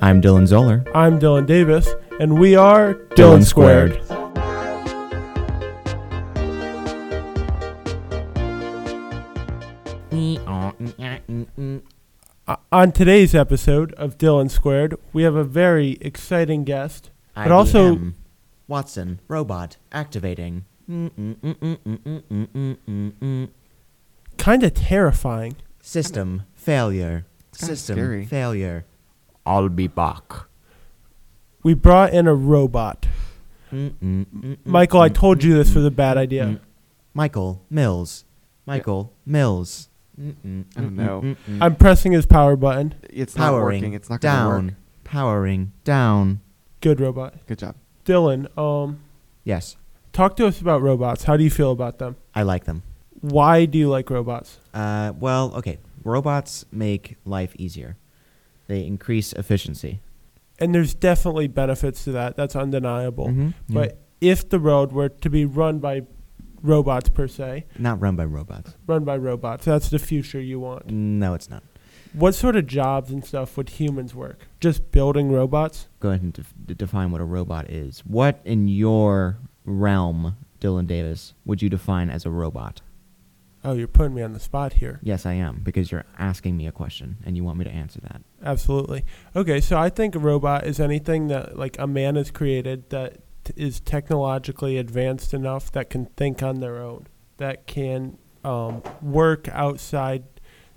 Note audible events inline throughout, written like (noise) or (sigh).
I'm Dylan Zoller. I'm Dylan Davis, and we are Dylan, Squared. E O- Uh, On today's episode of Dylan Squared, we have a very exciting guest. But also- IBM. E Watson, robot, activating. Kind of terrifying. System failure. kinda System scary. failure. I'll be back. We brought in a robot. Michael, I told you this was a bad idea. Michael Mills. Michael Mills. I don't know. I'm pressing his power button. It's not Powering working. It's not going to down. work. Powering down. Good robot. Good job. Dylan, um, Yes, talk to us about robots. How do you feel about them? I like them. Why do you like robots? Uh, well, okay. Robots make life easier. They increase efficiency. And there's definitely benefits to that. That's undeniable. Mhm. Mm-hmm. But if the road were to be run by robots per se, Not run by robots. run by robots, that's the future you want. No, it's not. What sort of jobs and stuff would humans work? Just building robots? Go ahead and def- d- define what a robot is. What in your realm, Dylan Davis, would you define as a robot? Oh, you're putting me on the spot here. Yes, I am, because you're asking me a question and you want me to answer that. Absolutely. Okay, so I think a robot is anything that like a man has created that t- is technologically advanced enough that can think on their own, that can um, work outside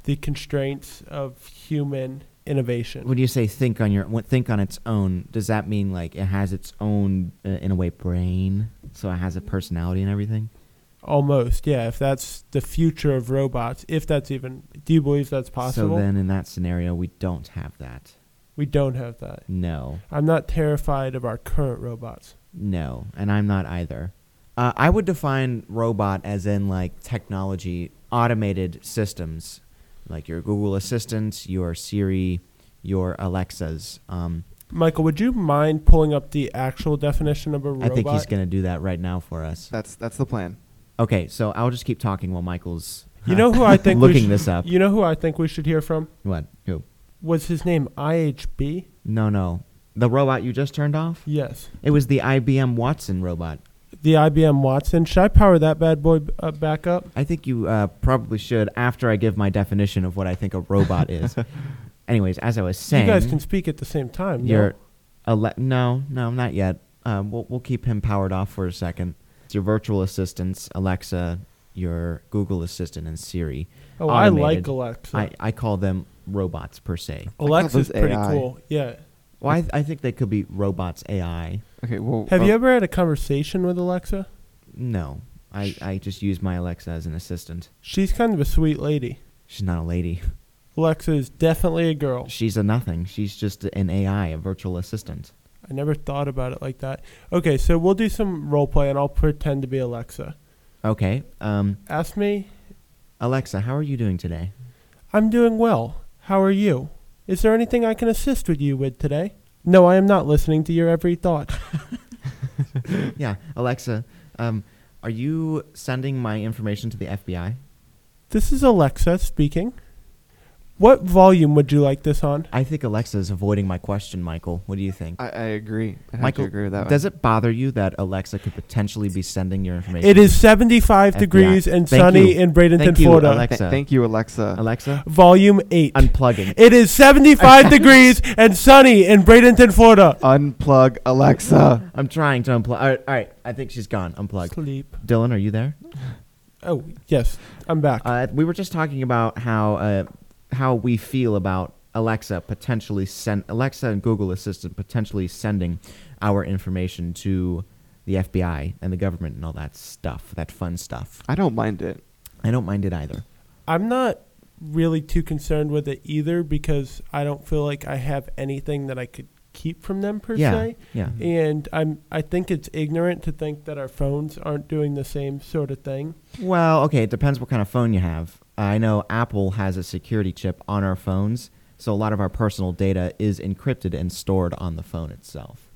the constraints of human innovation. When you say think on your when- think on its own, does that mean like it has its own uh, in a way brain, so it has a personality and everything? Almost, yeah. If that's the future of robots, if that's even, do you believe that's possible? So then in that scenario, we don't have that. we don't have that. No. I'm not terrified of our current robots. No, and I'm not either. Uh, I would define robot as in like technology, automated systems, like your Google Assistant, your Siri, your Alexas. Um, Michael, would you mind pulling up the actual definition of a I robot? think he's gonna do that right now for us. That's that's the plan. Okay, so I'll just keep talking while Michael's. uh, You know who (laughs) I think we looking should- this up. You know who I think we should hear from? what? Who? Was his name IHB? No, no, the robot you just turned off. Yes. It was the IBM Watson robot. The IBM Watson. Should I power that bad boy b- uh, back up? I think you uh, probably should after I give my definition of what I think a (laughs) robot is. Anyways, as I was saying, You guys can speak at the same time. no? Your ele- no, no, not yet. Um, we'll we'll keep him powered off for a second. It's your virtual assistants, Alexa, your Google Assistant, and Siri. Oh, I like automated. Alexa. I, I call them robots per se. call Alexa's those pretty AI. cool. Yeah. Well, I, I think they could be robots AI. Okay. Well, Have well, you ever had a conversation with Alexa? No, I, I just use my Alexa as an assistant. She's kind of a sweet lady. She's not a lady. Alexa is definitely a girl. She's a nothing. She's just an AI, a virtual assistant. I never thought about it like that. Okay, so we'll do some role play and I'll pretend to be Alexa. Okay. Um, Ask me, Alexa, how are you doing today? I'm doing well. How are you? Is there anything I can assist with you with today? No, I am not listening to your every thought. Yeah, Alexa, um, are you sending my information to the FBI? This is Alexa speaking. What volume would you like this on? I think Alexa is avoiding my question, Michael. What do you think? I, I agree. I have Michael, to agree with that. does one. it bother you that Alexa could potentially be sending your information? It is 75 FBI. degrees and Thank sunny you. in Bradenton, Thank you, Florida. Alexa. Th- thank you, Alexa. Alexa, Volume 8. unplugging. it (laughs) is 75 degrees and sunny in Bradenton, Florida. Unplug Alexa. I'm trying to unplug. All right, all right, I think she's gone. Unplugged. Sleep. Dylan, are you there? Oh, yes. I'm back. Uh, we were just talking about how uh, how we feel about Alexa potentially send Alexa and Google Assistant potentially sending our information to the FBI and the government and all that stuff, that fun stuff. I don't mind it. I don't mind it either. I'm not really too concerned with it either because I don't feel like I have anything that I could keep from them per yeah, se. yeah. And I'm I think it's ignorant to think that our phones aren't doing the same sort of thing. Well, okay, it depends what kind of phone you have. I know Apple has a security chip on our phones, so a lot of our personal data is encrypted and stored on the phone itself.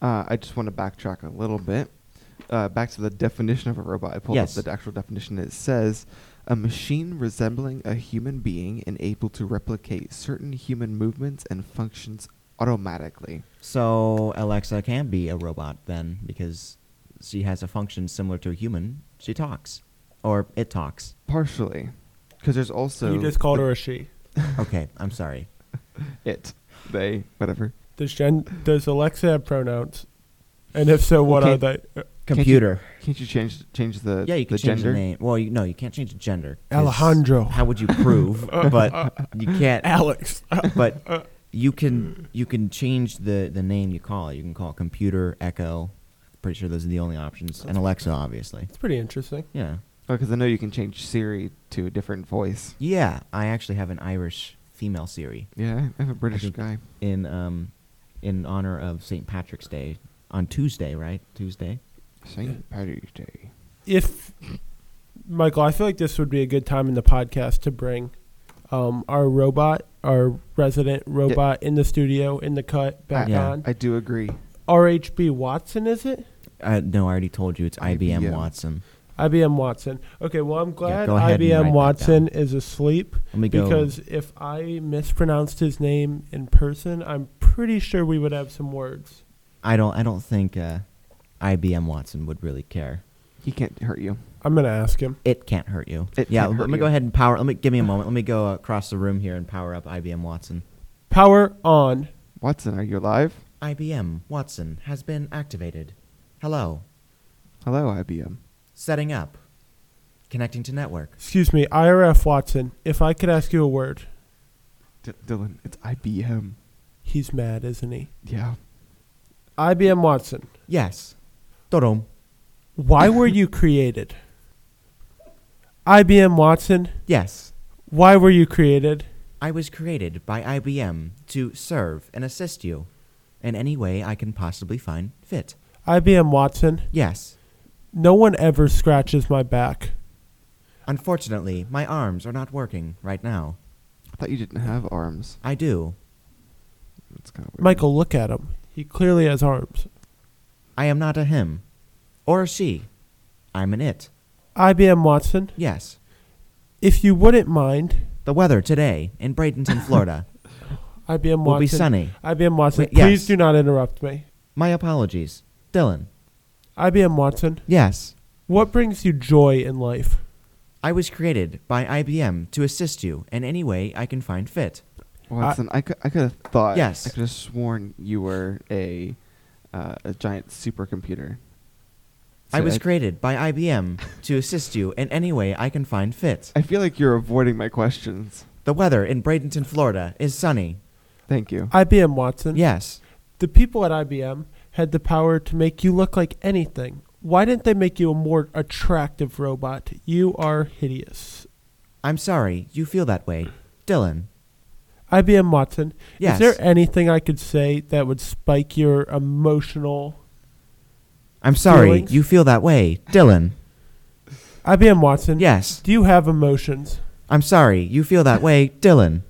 Uh, I just want to backtrack a little bit. Uh, back to the definition of a robot. I pulled Yes. up the actual definition. It says a machine resembling a human being and able to replicate certain human movements and functions automatically. So Alexa can be a robot then because she has a function similar to a human. She talks, or it talks. Partially. Because there's also you just called her a she. Okay, I'm sorry. it, they, whatever. Does Jen? Does Alexa have pronouns? And if so, what Okay. are they? Uh, Can't you- Computer. Can't you change change the yeah, you can the change gender? the name. Well, you, no, you can't change the gender. 'cause Alejandro. How would you (laughs) prove? but you can't. Alex. But you can you can change the the name you call it. You can call it computer Echo. Pretty sure those are the only options. And Alexa, obviously. It's pretty interesting. Yeah. because Oh, I know you can change Siri to a different voice. Yeah, I actually have an Irish female Siri. Yeah, I have a British think- guy. in um, in honor of St. Patrick's Day on Tuesday, right? Tuesday. Saint Patrick's Day. If Michael, I feel like this would be a good time in the podcast to bring um, our robot, our resident robot in the studio in the cut back Yeah. on. I do agree. RHB Watson, is it? Uh, no, I already told you it's IBM IBM. Watson. IBM Watson. Okay, well I'm glad go ahead and write IBM that Watson is asleep Let me go. because if I mispronounced his name in person, I'm pretty sure we would have some words. I don't. I don't think uh, IBM Watson would really care. He can't hurt you. I'm gonna ask him. It can't hurt you. It yeah. can't let hurt me go you. ahead and power. Let me give me a moment. Let me go across the room here and power up IBM Watson. Power on. Watson, are you alive? IBM Watson has been activated. Hello. Hello, IBM. Setting up. Connecting to network. Excuse me, IRF Watson. If I could ask you a word, D- Dylan, it's IBM. he's mad, isn't he? Yeah. IBM Watson. Yes. Dorum. Why were you created? IBM Watson. Yes. Why were you created? I was created by IBM to serve and assist you in any way I can possibly find fit. IBM Watson. Yes. No one ever scratches my back. Unfortunately, my arms are not working right now. I thought you didn't have arms. I do. That's kind of weird. Michael, look at him. He clearly has arms. I am not a him or a she. I'm an it. IBM Watson, Yes. if you wouldn't mind, The weather today in Bradenton, Florida IBM Watson. will be sunny. IBM Watson, Wait, yes. please do not interrupt me. My apologies. Dylan. IBM Watson, Yes. what brings you joy in life? I was created by IBM to assist you in any way I can find fit. Watson, I, could, I could have thought. Yes. I could have sworn you were a uh, a giant supercomputer. I So was created by IBM to assist you in any way I can find fit. I feel like you're avoiding my questions. The weather in Bradenton, Florida is sunny. Thank you. IBM Watson, Yes. the people at IBM had the power to make you look like anything. Why didn't they make you a more attractive robot? You are hideous. I'm sorry you feel that way. Dylan. IBM Watson, Yes. is there anything I could say that would spike your emotional? I'm sorry Feelings? you feel that way. Dylan. IBM Watson, Yes. do you have emotions? I'm sorry you feel that way. Dylan.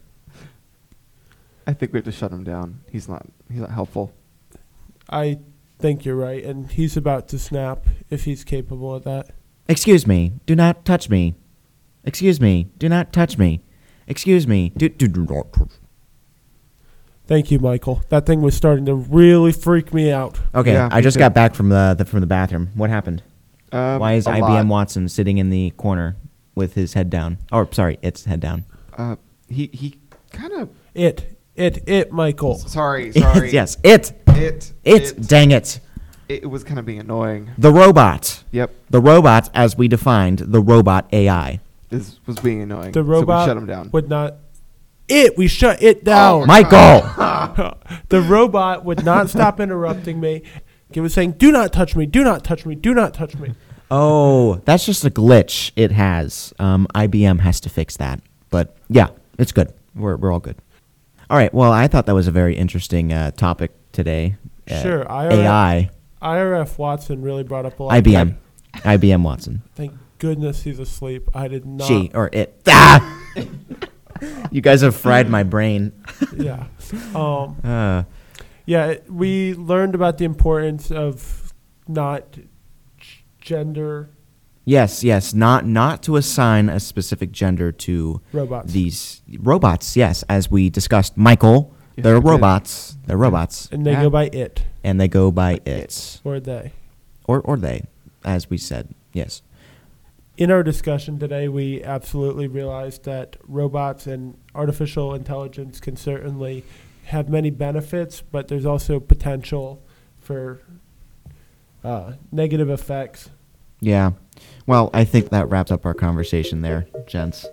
I think we have to shut him down. He's not. He's not helpful. I think you're right, and he's about to snap if he's capable of that. Excuse me. Do not touch me. Excuse me. Do not touch me. Excuse me. Do, do, do not touch. Thank you, Michael. That thing was starting to really freak me out. Okay, Yeah, I me just too. got back from the, the from the bathroom. What happened? Um, Why is a IBM lot. Watson sitting in the corner with his head down? Or sorry, its head down. Uh, he he kind of. It, it, it, Michael. Sorry, (laughs) sorry. yes, it, It it, dang it, it was kind of being annoying. the robot. Yep. The robot, as we defined, the robot AI. This was being annoying. The robot So we shut him down. Oh would not. It. We shut it down. Michael! the robot would not stop interrupting me. It was saying, "Do not touch me. Do not touch me. Do not touch me." oh, that's just a glitch it has. Um, IBM has to fix that. But yeah, it's good. We're, we're all good. All right, well, I thought that was a very interesting uh, topic today. Uh, Sure, I- AI, IRF Watson really brought up a lot. IBM, (laughs) IBM Watson. Thank goodness he's asleep. I did not. She or it. (laughs) Ah! you guys have fried my brain. Yeah. Um. Uh, Yeah. it- We learned about the importance of not g- gender yes, yes. Not not to assign a specific gender to robots. these robots. Yes, as we discussed, Michael Yes, They're it did. robots. They're robots, And they Yeah. go by it and they go by it or they. or or they, as we said. Yes. In our discussion today, we absolutely realized that robots and artificial intelligence can certainly have many benefits, but there's also potential for uh, negative effects. Yeah. Well, I think that wraps up our conversation there, gents.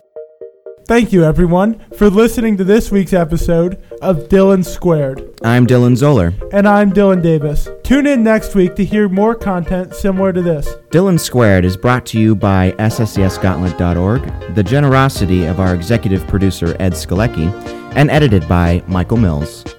Thank you, everyone, for listening to this week's episode of Dylan Squared. I'm Dylan Zoller. And I'm Dylan Davis. Tune in next week to hear more content similar to this. Dylan Squared is brought to you by SSESGauntlet.org, the generosity of our executive producer, Ed Skalecki, and edited by Michael Mills.